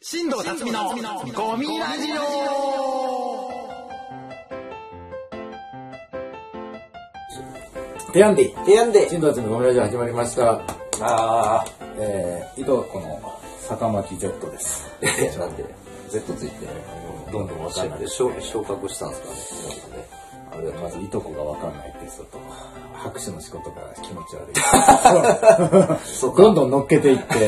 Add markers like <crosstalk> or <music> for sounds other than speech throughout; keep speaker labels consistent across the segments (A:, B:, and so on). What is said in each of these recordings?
A: 新藤辰巳のゴミラジオ
B: ペアンディ
C: 提案で、
B: 新藤たちのゴミラジオ始まりました。
C: あ
B: え
C: ー、井戸この坂巻 Z です。なんで、Z ついて、どんどんわかんない。昇格したんですかね。
B: ー、あれまずいとこがわかんないって人と、拍手の仕事が気持ち悪い。
C: そ
B: <laughs>
C: う
B: どんどん乗っけてい <laughs> って、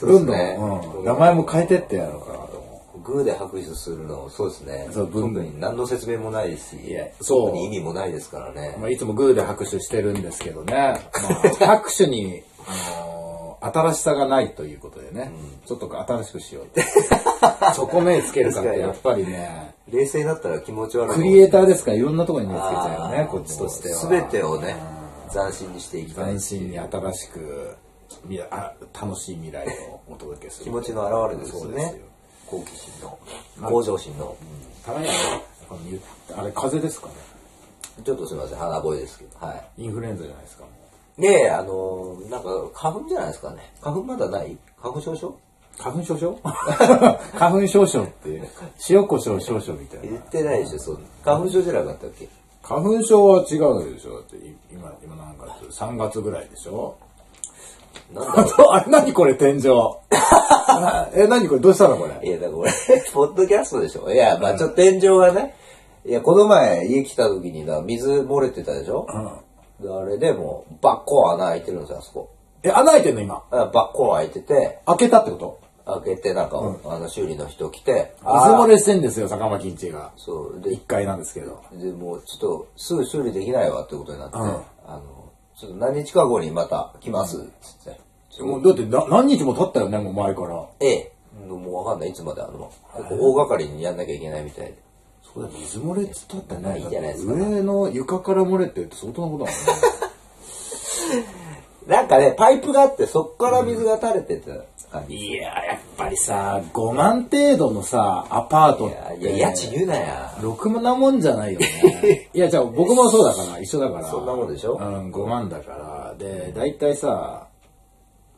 B: どんどん、
C: ね
B: うん名前も変えてってやろうかなと思
C: グーで拍手するの、そうですね。
B: そう文具
C: 特に何の説明もないし
B: や、そう
C: 特に意味もないですから
B: う。まあ、
C: ね。
B: いつもグーで拍手してるんですけどね、まあ、 <laughs> 拍手に、あのー新しさがないということでね、ちょっと新しくしようって。 <laughs> そこ目つけるかってやっぱりね、
C: 冷静になったら気持ち悪い。
B: クリエイタ
C: ー
B: ーですからいろんなところに目つけちゃうよね、こっちとしては。
C: すべてをね、斬新にしていきたい
B: 斬。新に新しく未来あ楽しい未来をお届けする
C: 気持ちの表れですよ
B: そう
C: ね
B: ですよ。
C: 好奇心の、向上心の。
B: たまにはねこのゆあれ風邪ですかね
C: ちょっとすみません、鼻声ですけど。はい。
B: インフルエンザじゃないですかも
C: ねえ、あのーなんか、花粉じゃないですかね。花粉まだない花粉症症
B: う花粉症症 <laughs> 花粉症症っていう塩コショウ少々みたい
C: 言
B: な
C: ってないでしょ、そう。花粉症じゃなかったっけ
B: 花粉症は違うでしょだってい今今なんか3月ぐらいでしょ
C: なんだ
B: あ
C: ろ
B: と <laughs> あれ何これ天井あえ何これどうしたのこ
C: う。
B: れ
C: いや、だから俺、 <laughs> ポッドキャストでしょ。いや、まあちょっと天井はね、いや、この前家来た時にな、水漏れてたでしょであれでもう、バッコーン穴開いてるんですよ、あそこ。
B: え穴開いてんの今
C: あバッコーン開いてて、
B: 開けたってこと
C: 開けて、なんか、あの、修理の人来て、
B: 水漏れしてんですよ坂巻んちが
C: そう、で、
B: 1階なんですけど
C: でもうちょっとすぐ修理できないわってことになって、
B: うん
C: あのちょっと何日か後にまた来ますっつって、
B: もうだってな何日も経ったよね、もう前から。
C: ええもうわかんないいつまであの結構大掛かりにやんなきゃいけないみたいで
B: そうだ、水漏れっつったって
C: ないじゃないですか
B: 上の床から漏れてるって相当なことなのね。
C: なんかねパイプがあってそっから水が垂れてた感じ、
B: いやー、やっぱりさ、5万程度のさ、アパートっ
C: いや
B: て。
C: いや家賃言うなや
B: ろくもなもんじゃないよ
C: <laughs>
B: ね。いや、じゃあ僕もそうだから、一緒だから。
C: そんなもんでしょ
B: うん、5万だから。で、大体さ、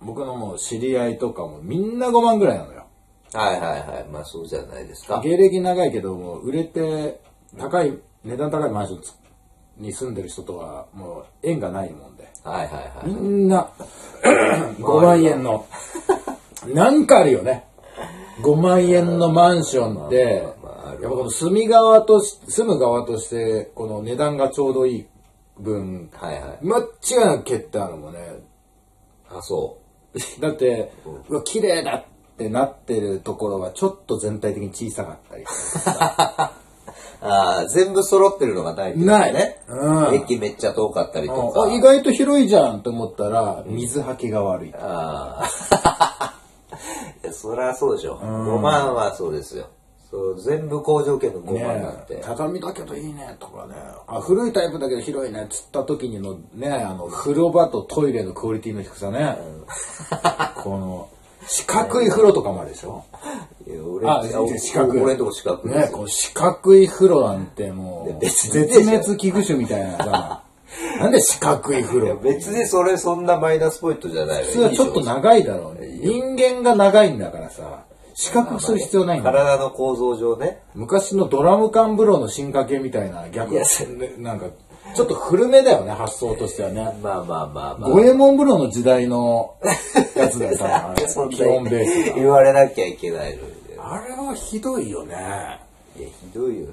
B: 僕のもう知り合いとかもみんな5万ぐらいなのよ。
C: はいはいはいまあそうじゃないですか
B: 芸歴長いけども売れて高い値段高いマンションつに住んでる人とはもう縁がないもんで
C: はいはいはい
B: みん
C: <coughs>
B: な5万円のなんかあるよね5万円のマンションでやっ
C: まあまあまああ
B: ぱ
C: る
B: この住み側とし住む側としてこの値段がちょうどいい分
C: はいはい
B: 間違いなく蹴ってあるもんね
C: あ <laughs> そ
B: だって、うわ、綺麗だってなってるところはちょっと全体的に小さかったりとか
C: <laughs> うああ全部揃ってるのがないってこと
B: ない
C: ね、
B: うん
C: 駅めっちゃ遠かったりとか
B: あ意外と広いじゃんと思ったら、水はけが悪い。
C: ああ。 <laughs> いやそりゃそうでしょ。5万はそうですよ。そう全部工場券の5万なんて。
B: ねえ畳だけどいいねとかねあ古いタイプだけど広いねっつった時にのねあの風呂場とトイレのクオリティの低さ
C: <laughs>
B: ね、この四角い風呂とかもあるでしょ
C: いや
B: あ
C: 俺んち
B: 四角い
C: 俺んとこ四角で
B: ね
C: す
B: こ
C: よ
B: う四角い風呂なんてもう
C: 別
B: 絶
C: で
B: 滅危惧種みたいな
C: <laughs>
B: さなんで四角い風
C: いや
B: 呂
C: 別にそれそんなマイナスポイントじゃないよ。
B: 普通はちょっと長いだろうね人間が長いんだからさ四角くする必要ないんだよ
C: 体の構造上ね。
B: 昔のドラム缶風呂の進化系みたいな逆
C: いや
B: ねなんかちょっと古めだよね発想としてはね
C: まあまあまあまあ。
B: 五右衛門風呂の時代のやつだよ多分あれ
C: <laughs> そんな
B: 基本ベース
C: 言われなきゃいけないのにね。
B: があれはひどいよね
C: いや、ひどいよね。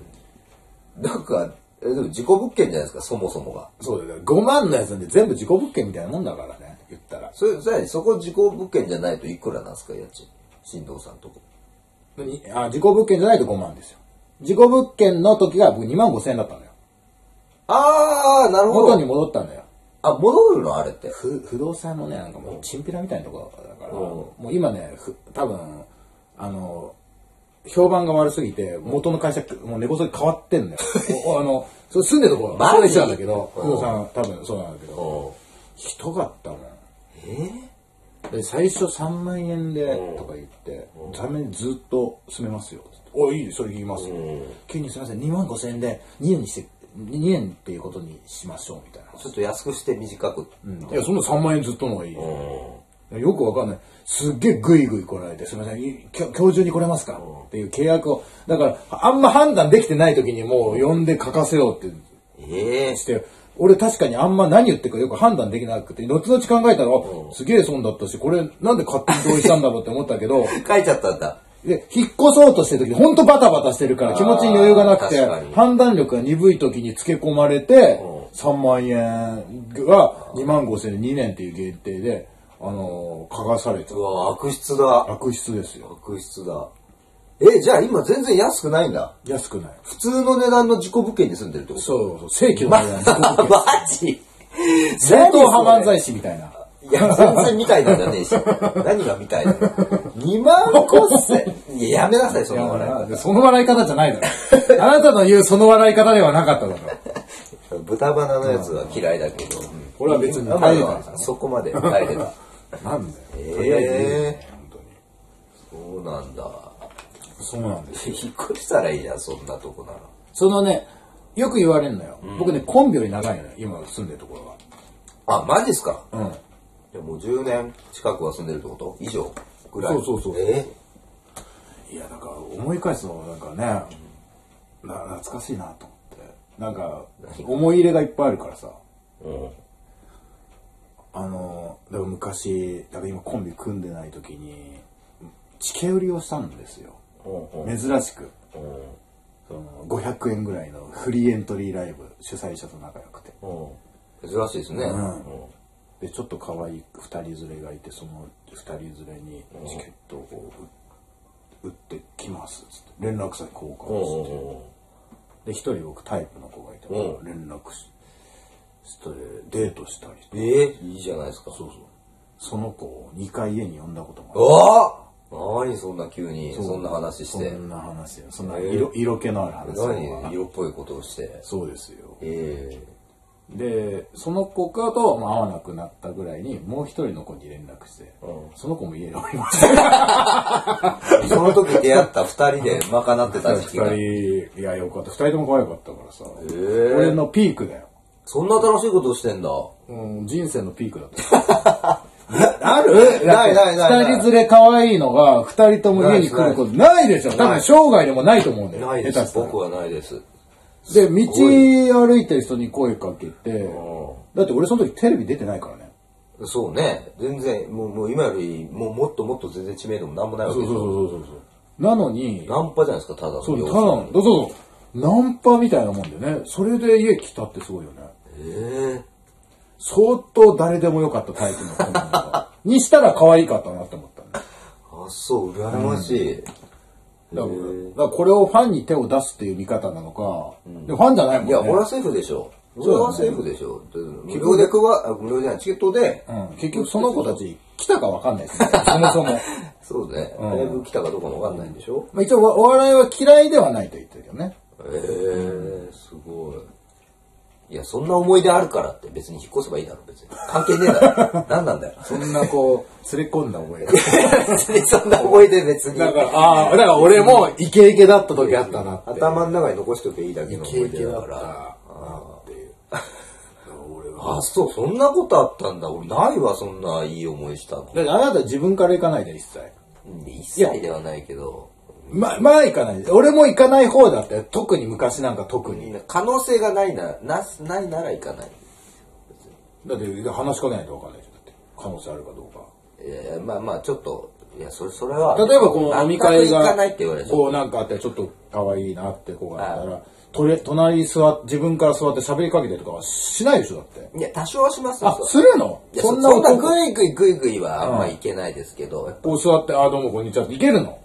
C: なんか、えでも事故物件じゃないですか、そもそもが。
B: そうだよね5万のやつなんて全部自己物件みたいなもんだからね言ったら
C: それ、さらにそこ事故物件じゃないといくらなんですか、家賃。新藤さんとこ。
B: にあ自己物件じゃないと5万ですよ自己物件の時が僕2万5千円だったのよ
C: ああ、なるほど。
B: 元に戻ったんだよ
C: あ、戻るのあれって。
B: 不不動産もねなんかもうチンピラみたいなところだから、
C: うん
B: もう今ねふ多分あの評判が悪すぎて元の会社もう根こそぎ変わって <laughs> んだよおあのそう住んでるところ
C: マジ
B: それ一緒なんだけど
C: うん
B: 不動産多分そうなんだけどひどかったもん
C: え
B: で最初3万円でとか言って「ためにずっと住めますよ」おいいそれ聞きますよ」急にすいません2万5千円で2年にして2年っていうことにしましょうみたいな
C: ちょっと安くして短く。
B: いや、そんな3万円ずっとのがいいよ。よくわかんない。すっげえグイグイ来られて、すみません、い今日今日中に来れますかっていう契約を。だから、あんま判断できてない時にもう呼んで書かせようって
C: ええ
B: して、俺確かにあんま何言ってるかよく判断できなくて、後々考えたら、あすげえ損だったし、これなんで勝手に同意したんだろうって思ったけど、 <laughs>
C: 書いちゃったんだ。
B: で、引っ越そうとしてる時、ほんとバタバタしてるから気持ちに余裕がなくて
C: 確かに、
B: 判断力が鈍い時につけ込まれて
C: うん、
B: 3万円が2万5千円、2年っていう限定で、あのー、かがされちゃ
C: う
B: う。
C: わ、悪質だ。
B: 悪質ですよ。
C: 悪質だ。え、じゃあ今全然安くないんだ。
B: 安くない。
C: 普通の値段の事故物件に住んでるってこと
B: そうそう、正規の値段
C: あ <laughs> マジ
B: 正当派漫
C: 罪
B: 才師みたいな。
C: いや、全然みたいなんじゃ
B: <laughs>
C: ねえし。何がみたいなの ?2 万5千。いや、やめなさい、そ
B: いや
C: の笑い
B: まあその笑い方じゃないだろ。 <laughs> あなたの言うその笑い方ではなかっただろ。
C: 方。豚鼻のやつは嫌いだけど。
B: 俺は別に
C: あまあ
B: 耐えれたんで
C: そこまで耐え
B: な
C: れた。
B: んだよ。とりあえずいいよ
C: え
B: ね本当に
C: えそうなんだ。
B: そうなんです。
C: 引っ越したらいいじゃん、そんなとこなら。
B: そのね、よく言われるのよ。僕ね、コンビより長いのよ、今住んでるところ
C: あ、マジっすか
B: は。うん。
C: でもう10年近くは住んでるってこと以上ぐらい。
B: そうそうそう
C: え
B: いや、だから思い返すのなんかね、な懐かしいなと思って。なんか、思い入れがいっぱいあるからさ。
C: うん。
B: あの、だから昔、だから今コンビ組んでない時に、地形売りをしたんですよ。
C: うん。うん。
B: 珍しく。
C: うん。
B: その500円ぐらいのフリーエントリーライブ主催者と仲良くて
C: うん。珍しいですね。
B: う
C: うんん。
B: でちょっと可愛い2人連れがいてその2人連れにチケットを売売ってきますっつって連絡先交
C: うんう
B: 換
C: んうん。
B: してで1人僕タイプの子がいたから
C: うん
B: 連絡ししてデートしたりして
C: ええいいじゃないですか。
B: そうそうその子を2回家に呼んだことも
C: おぉ何そんな急に
B: ある
C: そんな話して
B: そんな話よそんな
C: えー
B: 色色気のある話
C: 何色っぽいことをして
B: そうですよ
C: ええ
B: でその子かと、まあ、会わなくなったぐらいにもう一人の子に連絡して、
C: うん
B: その子も家におりました
C: その時出会った二人で賄ってた
B: 2
C: 時期がえ
B: 人いやよかった2人とも可愛かったからさ、
C: え
B: 俺のピークだよ、
C: そんな楽しいことをしてんだ
B: うん、人生のピークだった <laughs> ある
C: ないないないない
B: 2人連れ可愛いのが2人とも家に来ることないでしょ多
C: な
B: 分
C: い
B: 生涯でもないと思うんだよ
C: ないで
B: 下手
C: す
B: したら
C: 僕はないです
B: で道歩いてる人に声かけて
C: う
B: だって俺その時テレビ出てないからね
C: んそうね全然もうもう今よりもうもっともっと全然知名度もなんもないわけ
B: そう
C: でし
B: そう
C: ょ
B: そうそうそうなのに
C: ナンパじゃないですかただの
B: そう、
C: 要
B: た
C: す
B: だ
C: るに
B: の、そうそう、ナンパみたいなもんでね、それで家来たってすごいよね。
C: ええ
B: 相当誰でもよかったタイプの子なんだにしたら可愛かったなって思ったね。だか
C: あそう羨ましい、
B: ら、だ
C: へえ
B: からこれをファンに手を出すっていう見方なのか、でもファンじゃないもん
C: い
B: ね。
C: や、俺はセーフでしょ。俺はセーフでしょ。無料で配、あ無料じゃない、チケットで、
B: うん、結局その子たち来たかわかんないですね、そもそ <laughs> も。
C: そうね、ライブ来たかどうかもわかんないんでしょ。
B: まあ、一応おお笑いは嫌いではないと言ってるけどね。
C: へえすごい。いや、そんな思い出あるからって別に引っ越せばいいだろ、別に。関係ねえだ <laughs> ろ。何なんだよ。
B: そんなこう、連れ込んだ覚えが。
C: 別にそんな思い出別に。
B: だから、ああ、だから俺もイケイケだった時あったなって。
C: 頭の中に残しておけばいいだけの思
B: 経
C: い出
B: 験だ
C: だ
B: っ
C: か
B: た
C: ら。
B: なっていう。俺は。
C: あ、そう、そんなことあったんだ。俺ないわ、そんないい思いしたの。
B: だってあなた自分から行かないで一切。
C: 一切ではないけど。
B: ま、まあ行かないで。俺も行かない方だって、特に昔なんか特に。
C: 可能性がないな、な、ないなら行かない。
B: だって話しかけないと分かんないじゃん。だって可能性あるかどう
C: いやいやまあまあちょっといやそれそれは
B: か。例えばこの飲み会
C: 全く行
B: が
C: かないって言われ、て
B: こうなんかあってちょっと可愛いなって子がいた
C: は
B: ら、とれ隣に座って、自分から座って喋りかけてとかはしないでしょ、だって。
C: いや多少はしますよ
B: あ、す
C: それ
B: るの
C: いや
B: そ
C: そ
B: ん
C: ん
B: な
C: なそんな
B: 男
C: グイグイグイグイはあんまいけないですけど、やっぱ
B: こう座って、あ、どうもこんにちはって行けるの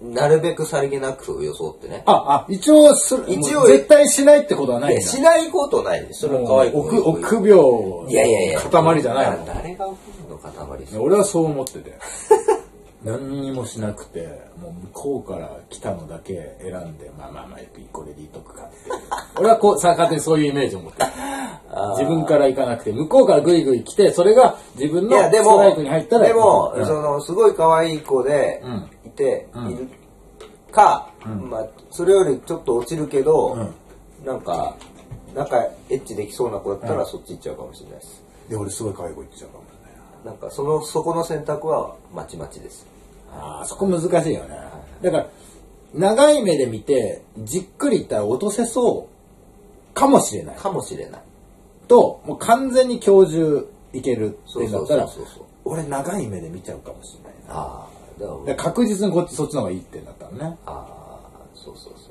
C: なるべくさりげなく装ってね
B: あ、あ、一応する、
C: 一
B: 一
C: 応
B: 応絶対しないってことはないいん
C: や
B: だ。
C: しないことないですそれは可愛い
B: 臆臆病
C: いやいやいや
B: 塊じゃない
C: だ
B: の
C: 誰が臆病の塊ですよ
B: 俺はそう思ってて <laughs> 何にもしなくてもう向こうから来たのだけ選んでまあまあまあこれでいいとくかっていう俺はこう逆手にそういうイメージを持ってる自分から行かなくて向こうからグイグイ来てそれが自分
C: い
B: の
C: や
B: ス
C: で
B: トライ
C: も
B: クに入ったら
C: でも、
B: うん
C: そのすごい可愛い子で
B: ん
C: いて、いるか、まあそれよりちょっと落ちるけど、なんかなんかエッチできそうな子だったらそっち行っちゃうかもしれないです、
B: で俺すごい介護行っちゃうかもね
C: なんかそのそこの選択はまちまちです
B: あーそこ難しいよね。だから、長い目で見て、じっくりいったら落とせそうかもしれない。
C: かもしれない
B: と、もう完全に今日中いけるってなったら
C: そうそうそうそう、
B: 俺長い目で見ちゃうかもしれないな。
C: ああだから
B: だから確実にこっち、そっちの方がいいってなったのね。
C: ああそうそうそ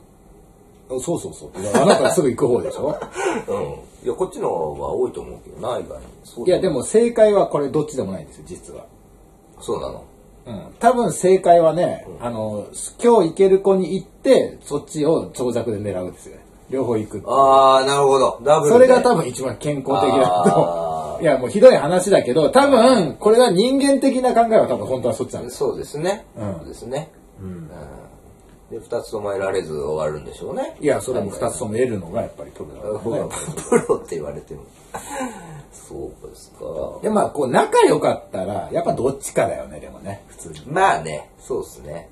C: う
B: そうそうそう。だからあなたすぐ行く方でし <laughs> ょ
C: うんいやこっちの方が多いと思うけどな意外にそう
B: いや、でも正解はこれどっちでもないんですよ、実は。
C: そうなの
B: うん。多分正解はね、あの、今日行ける子に行って、そっちを長尺で狙うんですよね。両方行くっていう
C: ああなるほどダブル
B: それが
C: 分
B: 多分一番健康的だ
C: あ
B: と。
C: ー
B: いや、もうひどい話だけど、多分、これが人間的な考えは多分本当はそっちなんです。
C: そうですね、
B: うん
C: そうですねうん、で2つとも得られず終わるんでしょうね
B: いや、それも二つとも得るのがやっぱりプロだ
C: あ
B: からね。
C: プロって言われ <laughs> てもそうですか
B: で、まあ、こう、仲良かったら、やっぱどっちかだよね、でもね、普通に。
C: まあねそうですね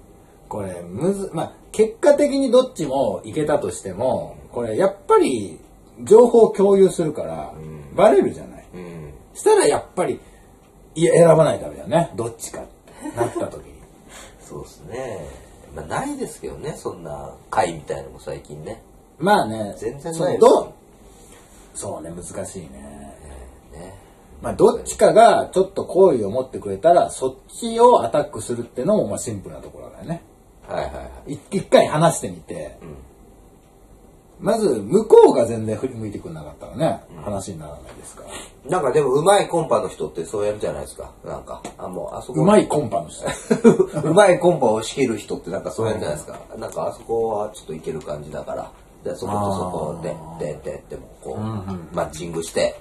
B: これ、むず、まあ、結果的にどっちもいけたとしても、これ、やっぱり、情報を共有するから、バレるじゃない。
C: うん
B: したら、やっぱり、いや、選ばないためだよね、どっちかってなった
C: <laughs>
B: 時に。
C: そうですねまあないですけどねそんな会みたいのも最近ね
B: まあね、
C: 全然
B: そ
C: な
B: う
C: い
B: どうそうね、難しいね。
C: ね
B: まあ、どっちかがちょっと好意を持ってくれたら、そっちをアタックするってのも、まあ、シンプルなところだよね。
C: はいはいはい
B: い一回話してみて、まず、向こうが全然振り向いてくれなかったらね、話にならないですから。
C: なんかでもうまいコンパの人ってそうやるじゃないですか。なんか、あ、もうあそこ。
B: うまいコンパの人。
C: <laughs> うまいコンパを押し切る人ってなんかそうやるじゃないですか。なんかあそこはちょっといける感じだから、じゃあそことそこで、で、で、でもこう、マッチングして、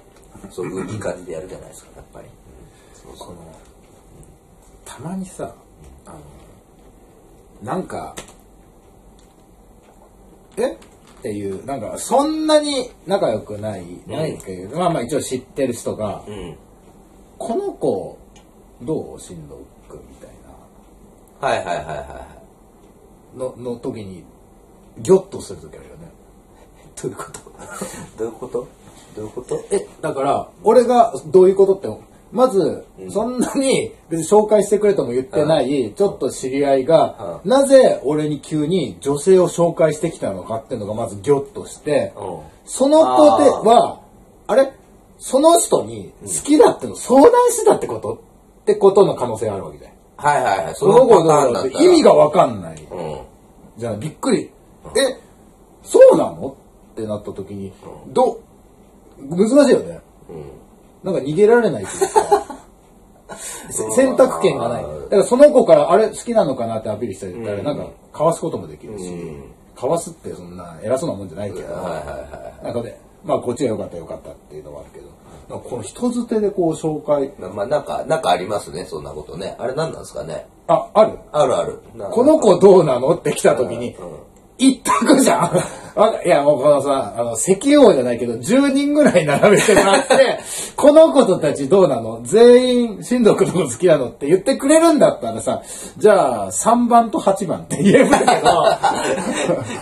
C: そういういい感じでやるじゃないですか、やっぱり。
B: このたまにさあのなんかえっていうなんかそんなに仲良くないないけど、まあまあ一応知ってる人が、
C: うん。
B: この子どうしんどくみたいな
C: はいはいはいはいはい。
B: のの時にギョッとする時あるよね
C: どういうこと
B: <laughs>
C: どういうことどういうこと
B: えだから俺がどういうことってまず、そんなに別に紹介してくれとも言ってない、ちょっと知り合いが、
C: う
B: なぜ俺に急に女性を紹介してきたのかっていうのがまずギョッとして、
C: うん
B: その子ではあれその人に好きだっての相談してたってことってことの可能性があるわけじゃん。
C: はいはいはい。そ
B: その
C: の
B: 子
C: パター
B: の
C: ンだったら
B: 意味がわかんない。
C: うん。
B: じゃあびっくり。え、そうなのってなった時に、どう、難しいよね。なんか逃げられないというか、 <laughs> せ選択権がない。
C: うん
B: だからその子からあれ好きなのかなってアピールしたりだったら、なんかかわすこともできるし、かわすってそんな偉そうなもんじゃないけど、
C: はいはいはい。
B: なんかね、まあこっちが良かった良かったっていうのはあるけど、なんかこの人づてでこう紹介、
C: まあまあなんか、なんかありますね、そんなことね。あれ何なんですかね。
B: あ、ある
C: あるある。な
B: この子どうなのって来た時に
C: うんうん、
B: 一択じゃん <laughs> わかいや、もうこのさ、あの、石油王じゃないけど、10人ぐらい並べてもら
C: <laughs>
B: って、この子たちどうなの全員、しんどくのこと好きなのって言ってくれるんだったらさ、じゃあ、3番と8番って言えばいいけ
C: <laughs>
B: ど、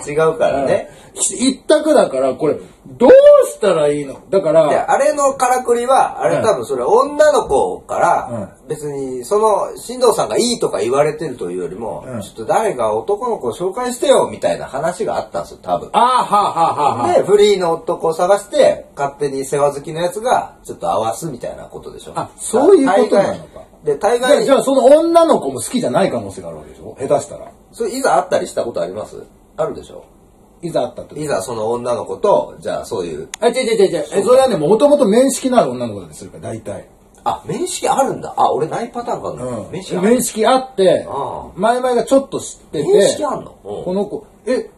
C: 違うからね。
B: <laughs> 一択だから、これ、どうしたらいいのだか
C: いや、
B: ら、
C: あれのからくりは、あれ多分それ女の子から、別に、その、新藤さんがいいとか言われてるというよりも、
B: うん
C: ちょっと誰か男の子を紹介してよ、みたいな話があったんですよ、多分。
B: ああ、はあ、はあ、はあ、は
C: で、フリーの男を探して、勝手に世話好きのやつが、ちょっと合わすみたいなことでしょ。
B: あそういうことなのかあ。で
C: 大概で、大概
B: じゃあ、その女の子も好きじゃない可能性があるわけでしょ下手したら。
C: それいざ会ったりしたことありますあるでしょ
B: いざあった時
C: いざその女の子と、じゃあそういう、
B: あ、違う違う違う違う。えそれはね、もともと面識のある女の子だったりするから、大体。
C: あ、面識あるんだ。あ、俺ないパターンがあるの。面識ある
B: 面識あって
C: ああ、
B: 前々がちょっと知ってて、
C: 面識あんのうん
B: この子、え、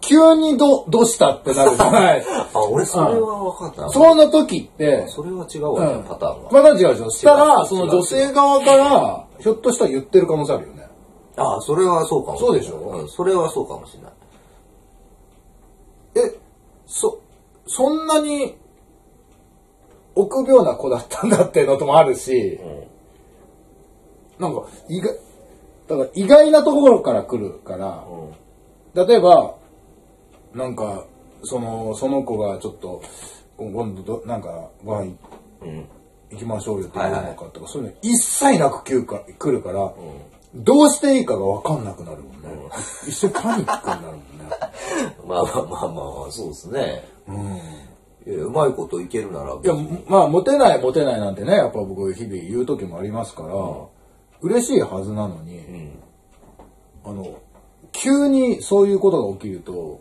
B: 急にど、どうしたってなるじゃない
C: あ、俺それは分かった。
B: <laughs> その時って、
C: それは違うわね、
B: うん
C: パターンが。
B: まだ違うでしょ。した
C: 違
B: ら、
C: う
B: その女性側から、ひょっとしたら言ってる可能性あるよね。
C: あそれはそうかもれ
B: そう
C: ない
B: でしょ
C: うん、それはそうかもしれない。
B: え、そ、そんなに、臆病な子だったんだっていうのともあるし、なんか、意外、だから意外なところから来るから、例えば、なんか、その、その子がちょっと、今度ど、なんか、ご飯い
C: うん。
B: 行きましょうよって言
C: は
B: う
C: い
B: の
C: はい
B: かとか、そういうの一切なく来るから、来るから、どうしていいかがわかんなくなるもんね。一瞬パニックになるもんね。
C: まあまあまあまあ、そうですね。うん。いや、うまいこといけるなら、
B: いや、まあ、モテない、モテないなんてね、やっぱ僕、日々言う時もありますから、嬉しいはずなのに、あの、急にそういうことが起きると、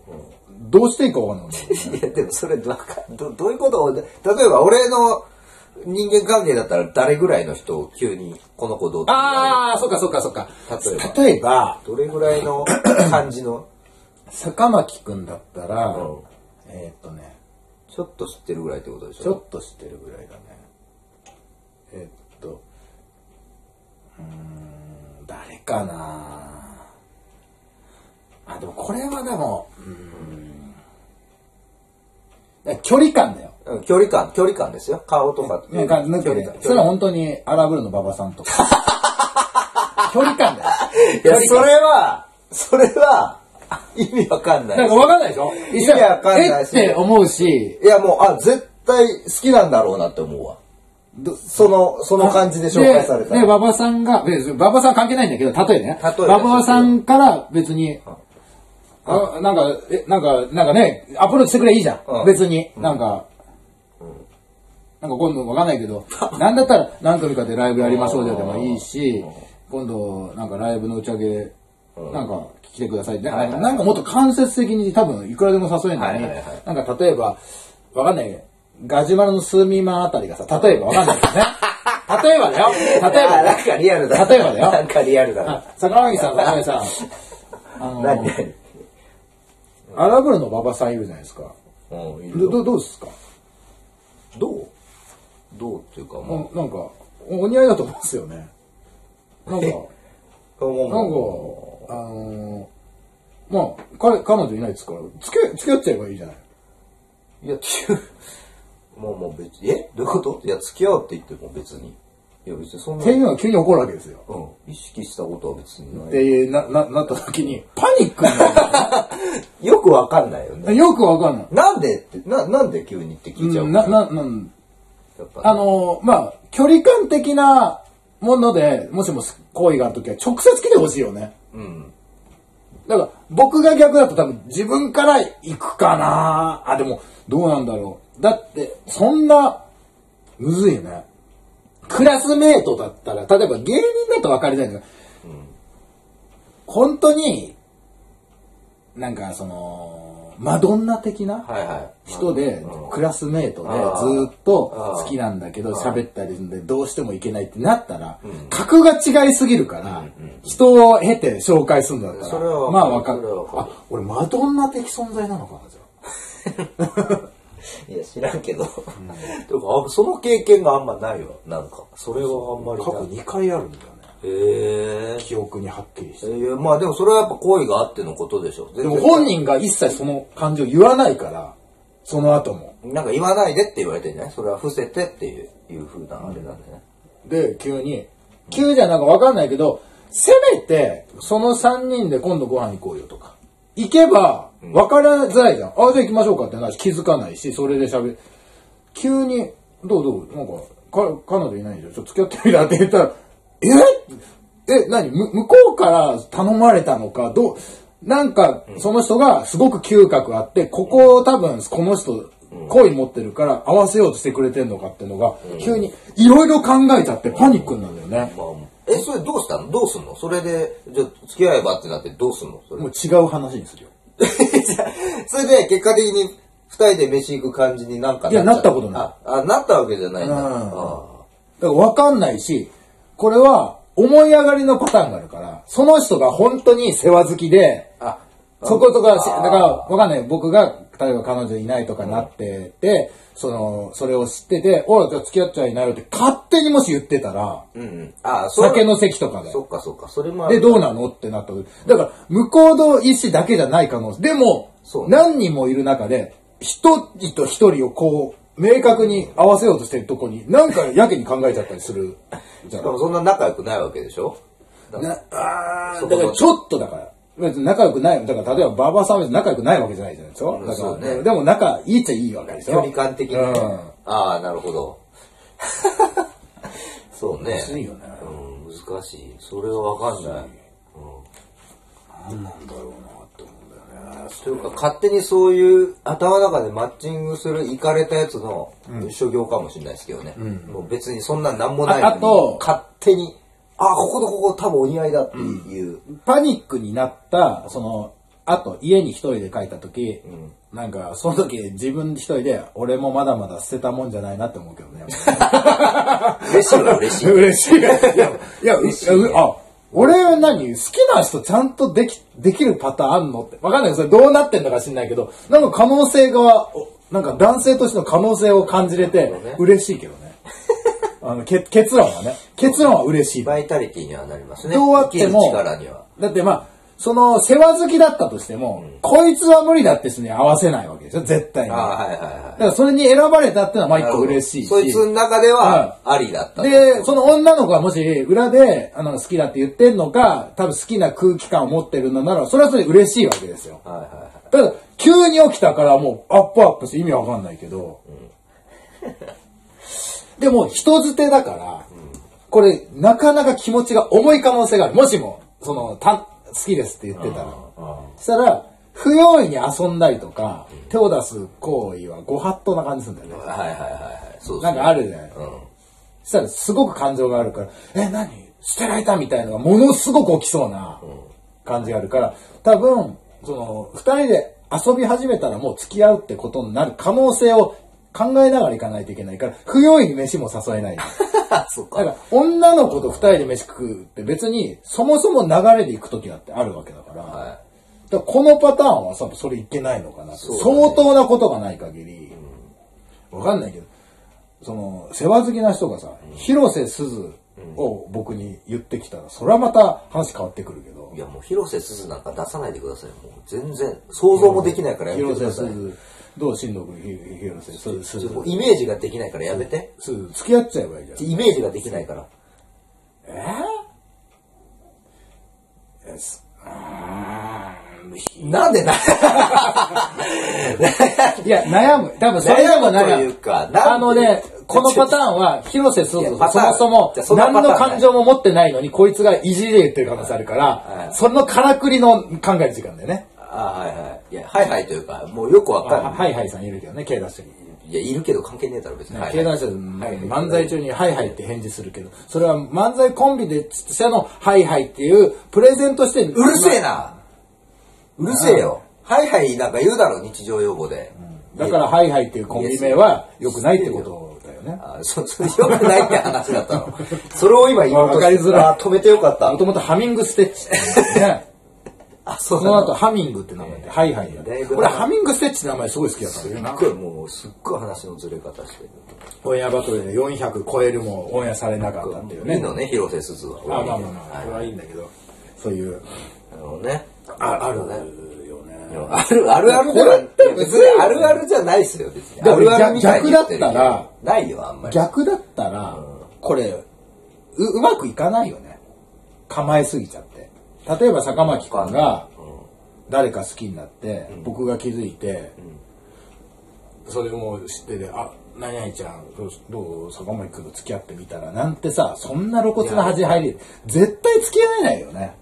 B: どうしていいかわかんないもんね。
C: いや、でもそれ、なんか、ど、どういうことを例えば俺の人間関係だったら誰ぐらいの人を急に、この子どう
B: ああ、そっかそっかそっか。
C: <laughs> 例えば
B: 例えば、
C: どれぐらいの感じの、
B: 坂巻くんだったら、
C: うん
B: えーっとね、
C: ちょっと知ってるぐらいってことでしょ
B: ちょっと知ってるぐらいだね。えーっと、うーん、誰かなあ、でもこれはでも、うーん、だから距離感だよ。
C: うん距離感、距離感ですよ。顔とかって
B: ないん
C: う
B: か、なんか
C: 距
B: ね
C: 離感。
B: それは本当にアラブルの馬場さんとか。
C: <laughs>
B: 距離感だよ。
C: いや、それは、それは、意味わかんない。
B: なんかわかんないでしょ
C: 意味わかんな
B: え
C: い
B: って思うし、
C: いや、もう、あ、絶対好きなんだろうなって思うわ。どその、その感じで紹介された
B: で、で
C: ら。
B: 馬場さんが、別に馬場さんは関係ないんだけど、例えね。
C: 例えね
B: 馬場さんから別に、あなんか、え、なんか、なんかね、アプローチしてくれいいじゃん。
C: うん
B: 別に、なんか、なんか今度わかんないけど、 <laughs> なんだったら何組かでライブやりましょうよでもいいし、今度、なんかライブの打ち上げ、なんか来てくださいって、
C: はいはい
B: なんかもっと間接的に多分いくらでも誘えるのに、
C: はいはいはい
B: なんか例えば、わかんないガジュマルのスーミーマンあたりがさ、例えばわかんないけどね。 <laughs> 例えばだよ例えば
C: あ
B: だよ
C: なんかリアルだ。
B: 例えばだよ
C: なんかリアルだな。
B: 坂上さん、坂上さん。あの
C: 何何
B: アラブルの馬場さんいるじゃないですか。
C: うんいい
B: ど、
C: よ
B: どどうですか
C: どうどうっていうか、まあ
B: おなんか、おお似合いだと思うんですよね。なんか、なんか、あのー、まあ、彼、彼女いないですから、付き合い、付き合っちゃえばいいじゃない。
C: いや、付き合う。 <laughs> もうもう別に、えどういうこといや、付き合うって言っても別に。いや、別にそんな、
B: 店員は急に怒るわけですよ。
C: うん、意識したことは別に
B: っ
C: な
B: て
C: い。
B: いう、な、な、なった時に、パニックにな
C: よくわかんないよ
B: る。<laughs>
C: ね。
B: よくわかんない。
C: なんでって、な、なんで急にって聞いちゃ
B: う、
C: うんの
B: な、な、なん、
C: やっぱね
B: あのーまあ、距離感的なもので、もしも行為があるときは直接来てほしいよね。
C: うん。
B: だから、僕が逆だと多分自分から行くかなあ、でも、どうなんだろう。だって、そんな、むずいよね。クラスメートだったら、例えば芸人だと分かりたいんだけど、本当に、なんかその、マドンナ的な、
C: はいはい。
B: 人で
C: うん、
B: クラスメートでず
C: あー
B: ーっと好きなんだけど
C: あー
B: 喋ったりするんでどうしてもいけないってなったら
C: ん、
B: 格が違いすぎるから、人を経て紹介するんだった
C: そ
B: ら
C: れは、
B: まあわかる
C: それはわ。かる
B: あ、俺マドンナ的存在なのかな、じゃあ。
C: いや、知らんけど。でも、あその経験があんまないわ。なんか、それはあんまり
B: 過去
C: ない。
B: 2回あるんだよね。
C: へえ。
B: 記憶にはっきりして。
C: いや、まあでもそれはやっぱ好意があってのことでしょ。で
B: でも本人が一切その感情言わないから、その後も。
C: なんか言わないでって言われてんじゃないそれは伏せてっていう、いう風なあれなんでね。
B: で、急に、急じゃなんかわかんないけど、せめて、その3人で今度ご飯行こうよとか。行けば、わからづらいじゃん。あ、じゃあ行きましょうかってなし、気づかないし、それで喋る。急に、どうどうなんか、か、彼女いないでしょちょっと付き合ってみたって言ったら、ええ、何む向こうから頼まれたのか、どう、なんか、その人がすごく嗅覚あって、ここを多分この人、好意持ってるから合わせようとしてくれてんのかってのが、急にいろいろ考えちゃってパニックになるんだよね。
C: まあ、え、それどうしたのどうすんのそれで、じゃあ付き合えばってなってどうすんのそれ <laughs>
B: もう違う話にするよ。
C: それで、結果的に二人で飯行く感じになんか
B: いや
C: っちゃう
B: なったことない
C: ああ、なったわけじゃないんだ。
B: うん
C: あ
B: だから分かんないし、これは思い上がりのパターンがあるから、その人が本当に世話好きで、
C: ああ
B: そことか、しだ
C: あ
B: か
C: ー
B: ら分かんない。僕が、例えば彼女いないとかなってて、その、それを知ってて、おい、じゃあ付き合っちゃいないよって勝手にもし言ってたら、
C: うんうん。ああ、それ
B: 酒の席とかで。
C: そっかそっか、それもある
B: で、どうなのってなった時だから、向こうの意思だけじゃない可能性。でも
C: そ、うね
B: 何人もいる中で、一人と一人をこう、明確に合わせようとしてるとこに、なんかやけに考えちゃったりするじゃ
C: し
B: ん
C: か。もそんな仲良くないわけでしょ
B: なあ
C: そ
B: ーだ
C: この
B: からちょっとだから。別に仲良くない。だから、例えば、馬場さんは別に仲良くないわけじゃないじゃないですか。
C: ん
B: だか
C: そう
B: ら、
C: ね
B: でも仲いいっちゃいいわけでし
C: 距
B: ょ。
C: 離感的にね。
B: うん
C: ああ、なるほど。 <laughs> そうね。
B: ついよね
C: うん、難しい。それはわかんない。
B: 何なんだろうなって思うんだよね
C: というか、勝手にそういう頭の中でマッチングする、いかれたやつの所業かもしれないですけどね。もう別にそんなんなんもないのに
B: ああと
C: 勝手に、あ、こことここ多分お似合いだっていう。
B: パニックになったそのあと家に一人で帰った時、なんかその時自分一人で俺もまだまだ捨てたもんじゃないなって思うけど
C: <laughs>
B: ね
C: 嬉しいは嬉し
B: <laughs>
C: い。
B: 嬉しいいやいやう
C: 嬉しいね
B: うあ俺は何好きな人ちゃんとできできるパターンあんのってわかんないそれどうなってんだか知んないけどなんか可能性がおなんか男性としての可能性を感じれて
C: ほどね
B: 嬉しいけどねあのけ結論はね結論は嬉しい
C: バイタリティにはなりますね。
B: どうあっても
C: 生きる力には。
B: だってまあ、その世話好きだったとしても、こいつは無理だって人に合わせないわけでしょ、絶対に。
C: あ
B: だ
C: はいはいはい。
B: からそれに選ばれたってのはまあ一個嬉しいし。
C: そいつの中では、ありだったと。
B: で、その女の子がもし裏であの好きだって言ってんのか、多分好きな空気感を持ってるのなら、それはそれで嬉しいわけですよ。
C: はいはいはい。
B: ただ、急に起きたからもうアップアップして意味わかんないけど。でも、人捨てだから、これ、なかなか気持ちが重い可能性がある。もしも、その、た好きですって言ってたら。そしたら、不用意に遊んだりとか、手を出す行為はご法度な感じするんだよね。
C: はいはいはいはい。そうです
B: なん
C: ね
B: かあるじゃない。そしたらすごく感情があるから、え、何捨てられたみたいなのがものすごく起きそうな感じがあるから、多分、その、二人で遊び始めたらもう付き合うってことになる可能性を考えながらいかないといけないから、不用意に飯も誘えない。
C: あ、 <laughs> そっ
B: だか
C: か。
B: ら、女の子と二人で飯食うって別に、そもそも流れで行く時だってあるわけだから、
C: は
B: だからこのパターンはさ、それいけないのかなって、
C: うだね
B: 相当なことがない限り、わかんないけど、その、世話好きな人がさ、広瀬すずを僕に言ってきたら、それはまた話変わってくるけど
C: い。、やもう広瀬すずなんか出さないでください。もう全然、想像もできないからやめて
B: 広
C: く
B: 瀬
C: だ
B: す
C: さい。
B: ず、どうしんどく広瀬すず、すず
C: もうイメージができないからやめて。
B: すず付き合っちゃえばいいじゃん。
C: イメージができない
B: <laughs>
C: から。なんでな、
B: いや、悩む。多分それでも
C: 悩む
B: 悩
C: と
B: む。
C: いうかなんで
B: あのね、このパターンは、広瀬す
C: い
B: ず
C: や
B: と
C: パターン
B: そも
C: いや
B: そ
C: そ
B: も
C: んなパタ
B: 何
C: ーンな
B: の感
C: い
B: 情も持ってないのに、こいつがいじりで言ってる可能性あるか
C: は
B: ら、
C: い
B: そのからくりの考える時間だよね。
C: あはいはい。いや、はいはいというか、もうよくわかん
B: あ
C: な
B: はいはいさんいるけどね、経団者に。
C: い。いや、いるけど関係ねえだろ、別に。はい
B: 経
C: は
B: 団
C: い
B: 者で漫才中にはいはいって返事するけど、それは漫才コンビでしてのはいはいっていうプレゼントして、う
C: うるせえなうるせえよ。はいはいなんか言うだろ、日常用語で。
B: だからはいはいっていうコンビ名は良くないってことだよね。
C: あそ、それよくないって話だったの。それを今言おうと
B: わかりづらい
C: あ止めてよかっ
B: も
C: た。
B: ともとハミングステッチっていう
C: <laughs>
B: ね。
C: あ、そ
B: そう
C: な
B: の
C: ん
B: 後、
C: だ。
B: ハミングって名前で、ハイハイや
C: だい
B: る。
C: ぶ
B: 俺、ハミングステッチって名前すごい好きだった
C: す
B: んだよ
C: っ
B: な。
C: ごいもう、すっごい話のずれ方してる。
B: オンエアバトルで400超えるもオンエアされなかったっていう
C: いい
B: ね。
C: のね、広瀬すずは。
B: あ、まあまあまあ、あれはいいんだけど、そういう、
C: あのね。
B: ああるよね。
C: ある、あるあるで
B: これって
C: は、
B: 別
C: 別
B: に
C: にあるあるじゃないですよ、別に。
B: でも
C: あるあるみいに言てるけど
B: 逆だったら、
C: ないよ、あんまり。
B: 逆だったら、これ、う、うまくいかないよね。構えすぎちゃって。例えば、坂巻くんが、誰か好きになって、僕が気づいて、それも知ってて、あ、何々ちゃん、どうどう坂巻くんと付き合ってみたら、なんてさ、そんな露骨な恥入り、絶対付き合えないよね。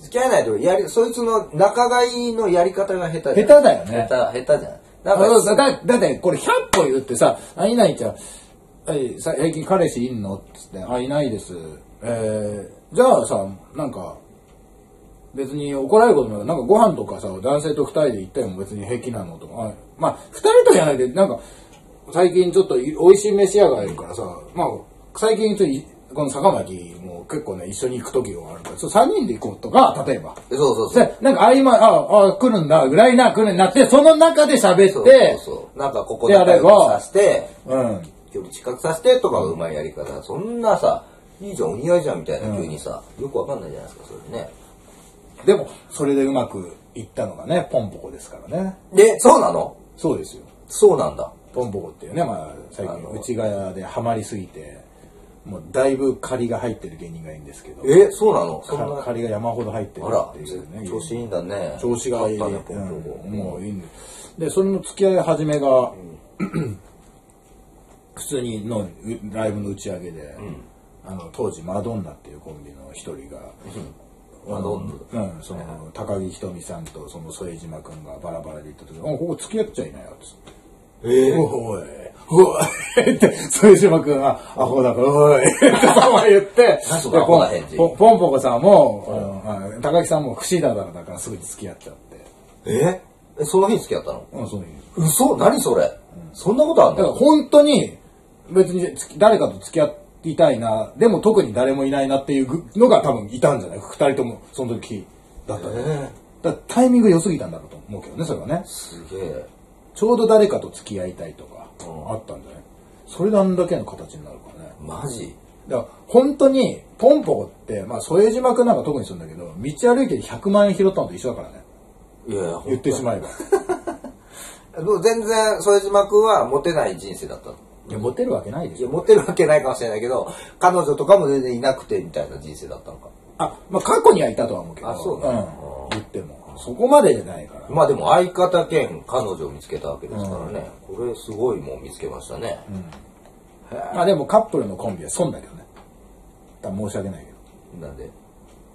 C: 付き合えないと、やり、そいつの仲買いのやり方が下
B: 下
C: 手下
B: 手だよね。
C: 下手、下手じゃん。な
B: だ
C: んか、
B: だだだってこれ100歩言ってさ「あいないちゃんえさ最近彼氏いんの?」っつって「あいないです」えー、じゃあさなんか別に怒られることもないなんかご飯とかさ男性と2人で行ったりも別に平気なのとかあまあ2人とじゃないけどなんか最近ちょっとい美味しい飯屋がいるからさまあ最近ちょっといこの坂巻も結構ね一緒に行く時があるからちょっと3人で行こうとか例えば。
C: そうそうそう。
B: で、なんか合間、ああ、来るんだ、ぐらいな、来るんだって、その中で喋って、
C: そうそうそう。なんか、ここで
B: であれば
C: 仲良くさせて、
B: うん。
C: 距離近くさせてとかがうまいやり方。そんなさ、いいじゃん、お似合いじゃんみたいな、急にさ、よくわかんないじゃないですか、それね。
B: でも、それでうまくいったのがね、ポンポコですからね。
C: で、そうなの
B: そうですよ。
C: そうなんだ。
B: ポンポコっていうね、まあ、最
C: あ
B: 近、
C: の
B: 内側でハマりすぎて、もうだいぶ借りが入ってる芸人がいいんですけど、
C: え、そうなのそんな
B: か、借りが山ほど入ってる
C: あら
B: っていう、ね。
C: 調子いいんだね。
B: 調子がいい。
C: 勝ったね、ポンポコ。
B: うんもういいんで。で、それの付き合い始めが、普通にのうライブの打ち上げで、あの当時マドンナっていうコンビの一人が、あの
C: マドン
B: うん、その高木ひとみさんとその副島君がバラバラで行った時に「あここ付き合っちゃいなよ」っつって。
C: え
B: おい、おいって、副島君が、アホだから、おいって言って、
C: 何そ
B: で
C: のアホな
B: ポン
C: 返事
B: ポンポンポコさんも、あの高木さんも不死だからだからすぐに付き合っちゃって。
C: ええその日に付き合ったの
B: うん、そういう。
C: 嘘何それそんなことあん
B: だから
C: の
B: 本当に別につき誰かと付き合いたいなでも特に誰もいないなっていうぐのが多分いたんじゃない2人ともその時だったね、
C: え
B: だからタイミング良すぎたんだろうと思うけどねそれはね
C: すげえ
B: ちょうど誰かと付き合いたいとか
C: うん
B: あったんじゃないそれなんだけの形になるからね
C: マジ
B: だから本当にポンポコってまあ副島君なんか特にするんだけど道歩いてて100万円拾ったのと一緒だからね
C: いやいや
B: 言ってしまえば
C: もう全然副島君はモテない人生だったの
B: いやモテるわけないで
C: い
B: し
C: や
B: ょ
C: モテるわけないかもしれないけど彼女とかも全然いなくてみたいな人生だったのか
B: あまあ過去にはいたとは思うけど
C: あそうなの
B: ん、言ってもそこまでじゃないから
C: まあでも相方兼彼女を見つけたわけですからね、これすごいもん見つけましたね、
B: まあでもカップルのコンビは損だけどね。だから申し訳ないけど。
C: なんで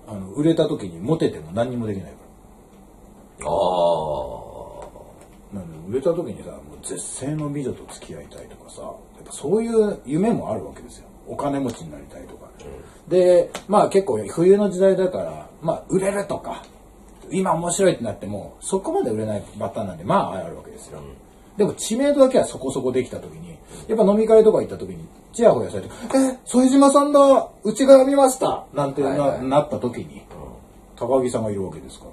B: あの、売れた時にモテても何にもできないか
C: ああ
B: ら。なんで売れた時にさ、もう絶世の美女と付き合いたいとかさ、やっぱそういう夢もあるわけですよ。お金持ちになりたいとか。で、まあ結構冬の時代だから、まあ売れるとか、今面白いってなっても、そこまで売れないバッターなんで、まああるわけですよ。でも知名度だけはそこそこできた時に、やっぱ飲み会とか行った時に、ちやほやされて、え、副島さんだ、うちが見ましたなんてな,、
C: はいはい
B: なった時に、高木さんがいるわけですか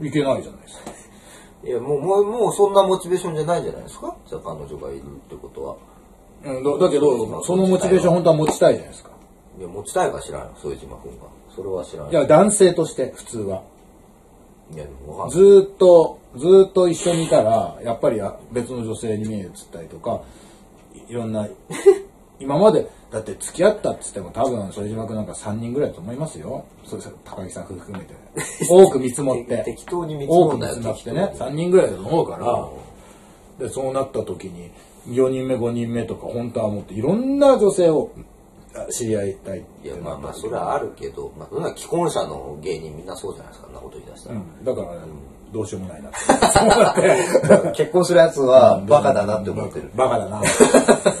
B: ら、いけないじゃないですか。
C: いやもうもうもうそんなモチベーションじゃないんじゃないですかじゃあ彼女がいるってことは
B: うん、だだけど、そのモチベーション本当は持ちたいじゃないですか。
C: いや持ちたいか知らん副島君がそれは知らん
B: いや、男性として、普通は。
C: いやでもわかん
B: ずーっと、ずーっと一緒にいたら、やっぱりあ別の女性に目移ったりとか、いいろん
C: <laughs>
B: な、今まで、だって付き合ったっつっても多分、副島君なんか3人ぐらいだと思いますよ。そうです高木さん夫婦含め
C: <laughs>
B: て。多く見積もって。
C: 適当に見積
B: 多
C: も
B: く
C: ん
B: 見
C: なよ
B: 積もってね。3人ぐらいだと思うから、で、そうなった時に、4人目、5人目とか、本当は思って、いろんな女性をあ知り合いたいって
C: い
B: な
C: や
B: った時
C: まあまあそれはあるけど、まあ、そんな既婚者の芸人みんなそうじゃないですかあんなこと言い出したら、
B: だから、どうしようもないなって。そうだって。
C: 結婚するやつはバカだなって思ってる、
B: バカだな。
C: 何か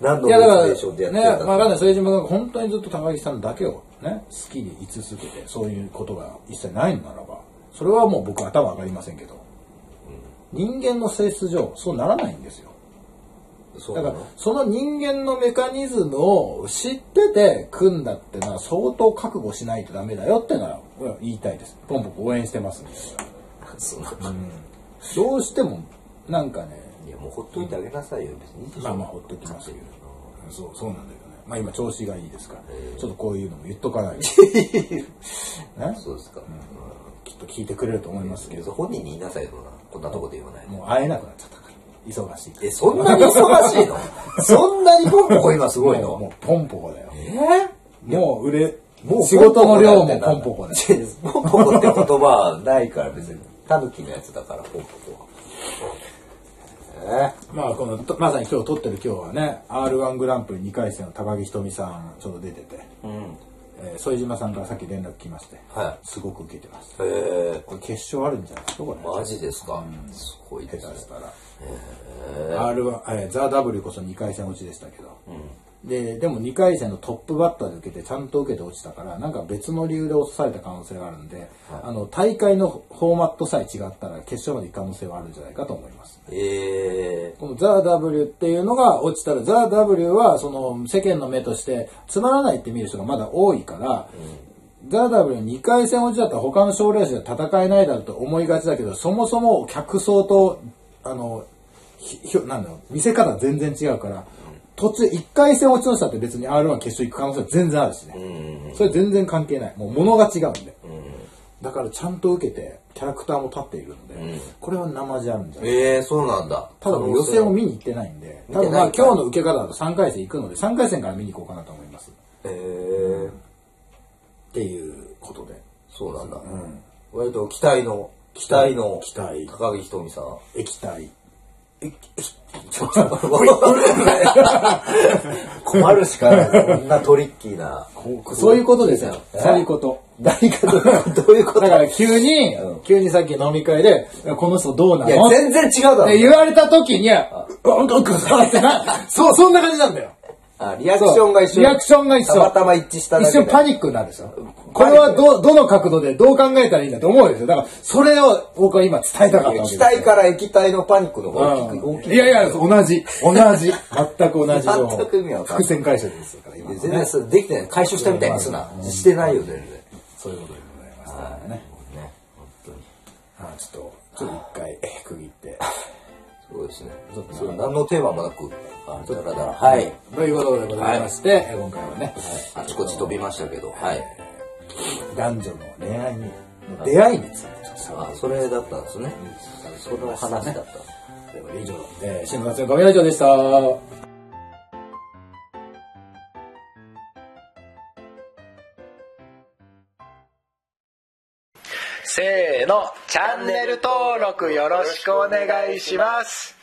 C: 何の
B: い
C: モ
B: やだから、
C: チベー
B: ね
C: ションでや、ってる
B: まあわか
C: か
B: んない。副島君が本当にずっと高木さんだけをね、好きで居続けて、そういうことが一切ないのならば、それはもう僕は頭上がりませんけど、人間の性質上、そうならないんですよ。
C: そう
B: だ
C: な
B: から
C: の、
B: その人間のメカニズムを知ってて組んだってのは相当覚悟しないとダメだよってのは俺は言いたいです。ポンポン応援してますんで。
C: その
B: どうしても、なんかね、
C: いやもうほっといてあげなさいよ別にいいでしょ
B: まあまあほっときますけど。そう、そうなんだけどね。まあ今調子がいいですから、ちょっとこういうのも言っとか
C: <laughs>
B: ないと。ね、
C: そうですか、
B: きっと聞いてくれると思いますけ
C: うん
B: ど、
C: 本人に言いなさいよそんなこんなとこで言わないで
B: もう会えなくなっちゃったから。忙しい。
C: えそんなに忙しいの <laughs> そんなにポンポコ今すごい
B: もう
C: <laughs> の
B: もうポンポコだよ。
C: えー
B: もう売れ、
C: もう
B: 仕事の量もポンポコだよ。
C: 違う <laughs> ポンポコって言葉はないから別に。タヌキのやつだから、ポンポコは。
B: まあこのとまさに今日撮ってる今日はね r 1グランプリ2回戦の高木ひとみさんちょうど出てて、
C: えうん。
B: えー副島さんからさっき連絡来まして、
C: は
B: すごく受けてます
C: え
B: これ決勝あるんじゃないですかこれ
C: ー、マジですか。すごいです
B: 下手
C: ね
B: し。たら、r 1えー、ザ・ W こそ2回戦落ちでしたけど、ででも2回戦のトップバッターで受けてちゃんと受けて落ちたからなんか別の理由で落とされた可能性があるんで、あの大会のフォーマットさえ違ったら決勝まで行く可能性はあるんじゃないかと思います
C: え
B: このザ・ W っていうのが落ちたら、ザ・ W はその世間の目としてつまらないって見る人がまだ多いから、ザ・ W2 回戦落ちだったら他の賞レースでは戦えないだろうと思いがちだけど、そもそも客層と、あの、ひひょなんだろう、見せ方全然違うから、途中1回戦落ちの人だって別に R1 決勝行く可能性は全然あるしね。
C: ー、うん。
B: それ全然関係ない。もう物が違うんで。だからちゃんと受けて、キャラクターも立っているので、これは生じあるんじゃない
C: えー、そうなんだ。
B: ただ予選を見に行ってないんで、
C: 見
B: 多
C: てない
B: 分まあ今日の受け方だと3回戦行くので、3回戦から見に行こうかなと思います。
C: えー、
B: っていうことで。
C: そうなんだ。割と期待の、期待の、
B: 期待
C: 高木ひとみさん。
B: 液体、
C: ちょっと、困るしかない。こんなトリッキーな。
B: そういうことですよ。そういうこと。
C: <laughs> 何かどう、どういうこと
B: <laughs> だから急に
C: う、
B: 急にさっき飲み会で、この人どうない
C: や
B: の、っ
C: 全然違うだろ
B: て。言われた時に、あ本当くさって
C: <laughs>
B: な、そう、そんな感じなんだよ。
C: あ、リアクションが一緒。
B: そうリアクションが一緒
C: たまたま一致しただ
B: 一
C: けで。
B: 瞬パニックになるでしょ。これはど、どの角度でどう考えたらいいんだと思うでしょ。だから、それを僕は今伝えたかったわけです
C: 液
B: よ。
C: 体から液体のパニックの方が大きく、大
B: う
C: き
B: ん
C: く。
B: いやいや、同じ。同じ。全く同じ情報。
C: 全く意味わかんな
B: 伏
C: い
B: 線回収ですから、今のね。
C: 全然それできてない。解消したみたいにすな。してないよ、全然。
B: そういうことでございますからね。
C: ね、本当に。
B: あちょっと、ちょっと一回区切って。
C: そうですね。そう何のテーマもなく、あだらだら。はい。
B: ということでございまして、え今回はね、
C: あちこち飛びましたけど、はい。
B: 男女の恋愛に、出会いについてちょっとさ
C: あ、それだったんですね。その話だった。
B: ということで以上、えー、新の夏の神ラジオでした。
A: せーの、チャンネル登録よろしくお願いします。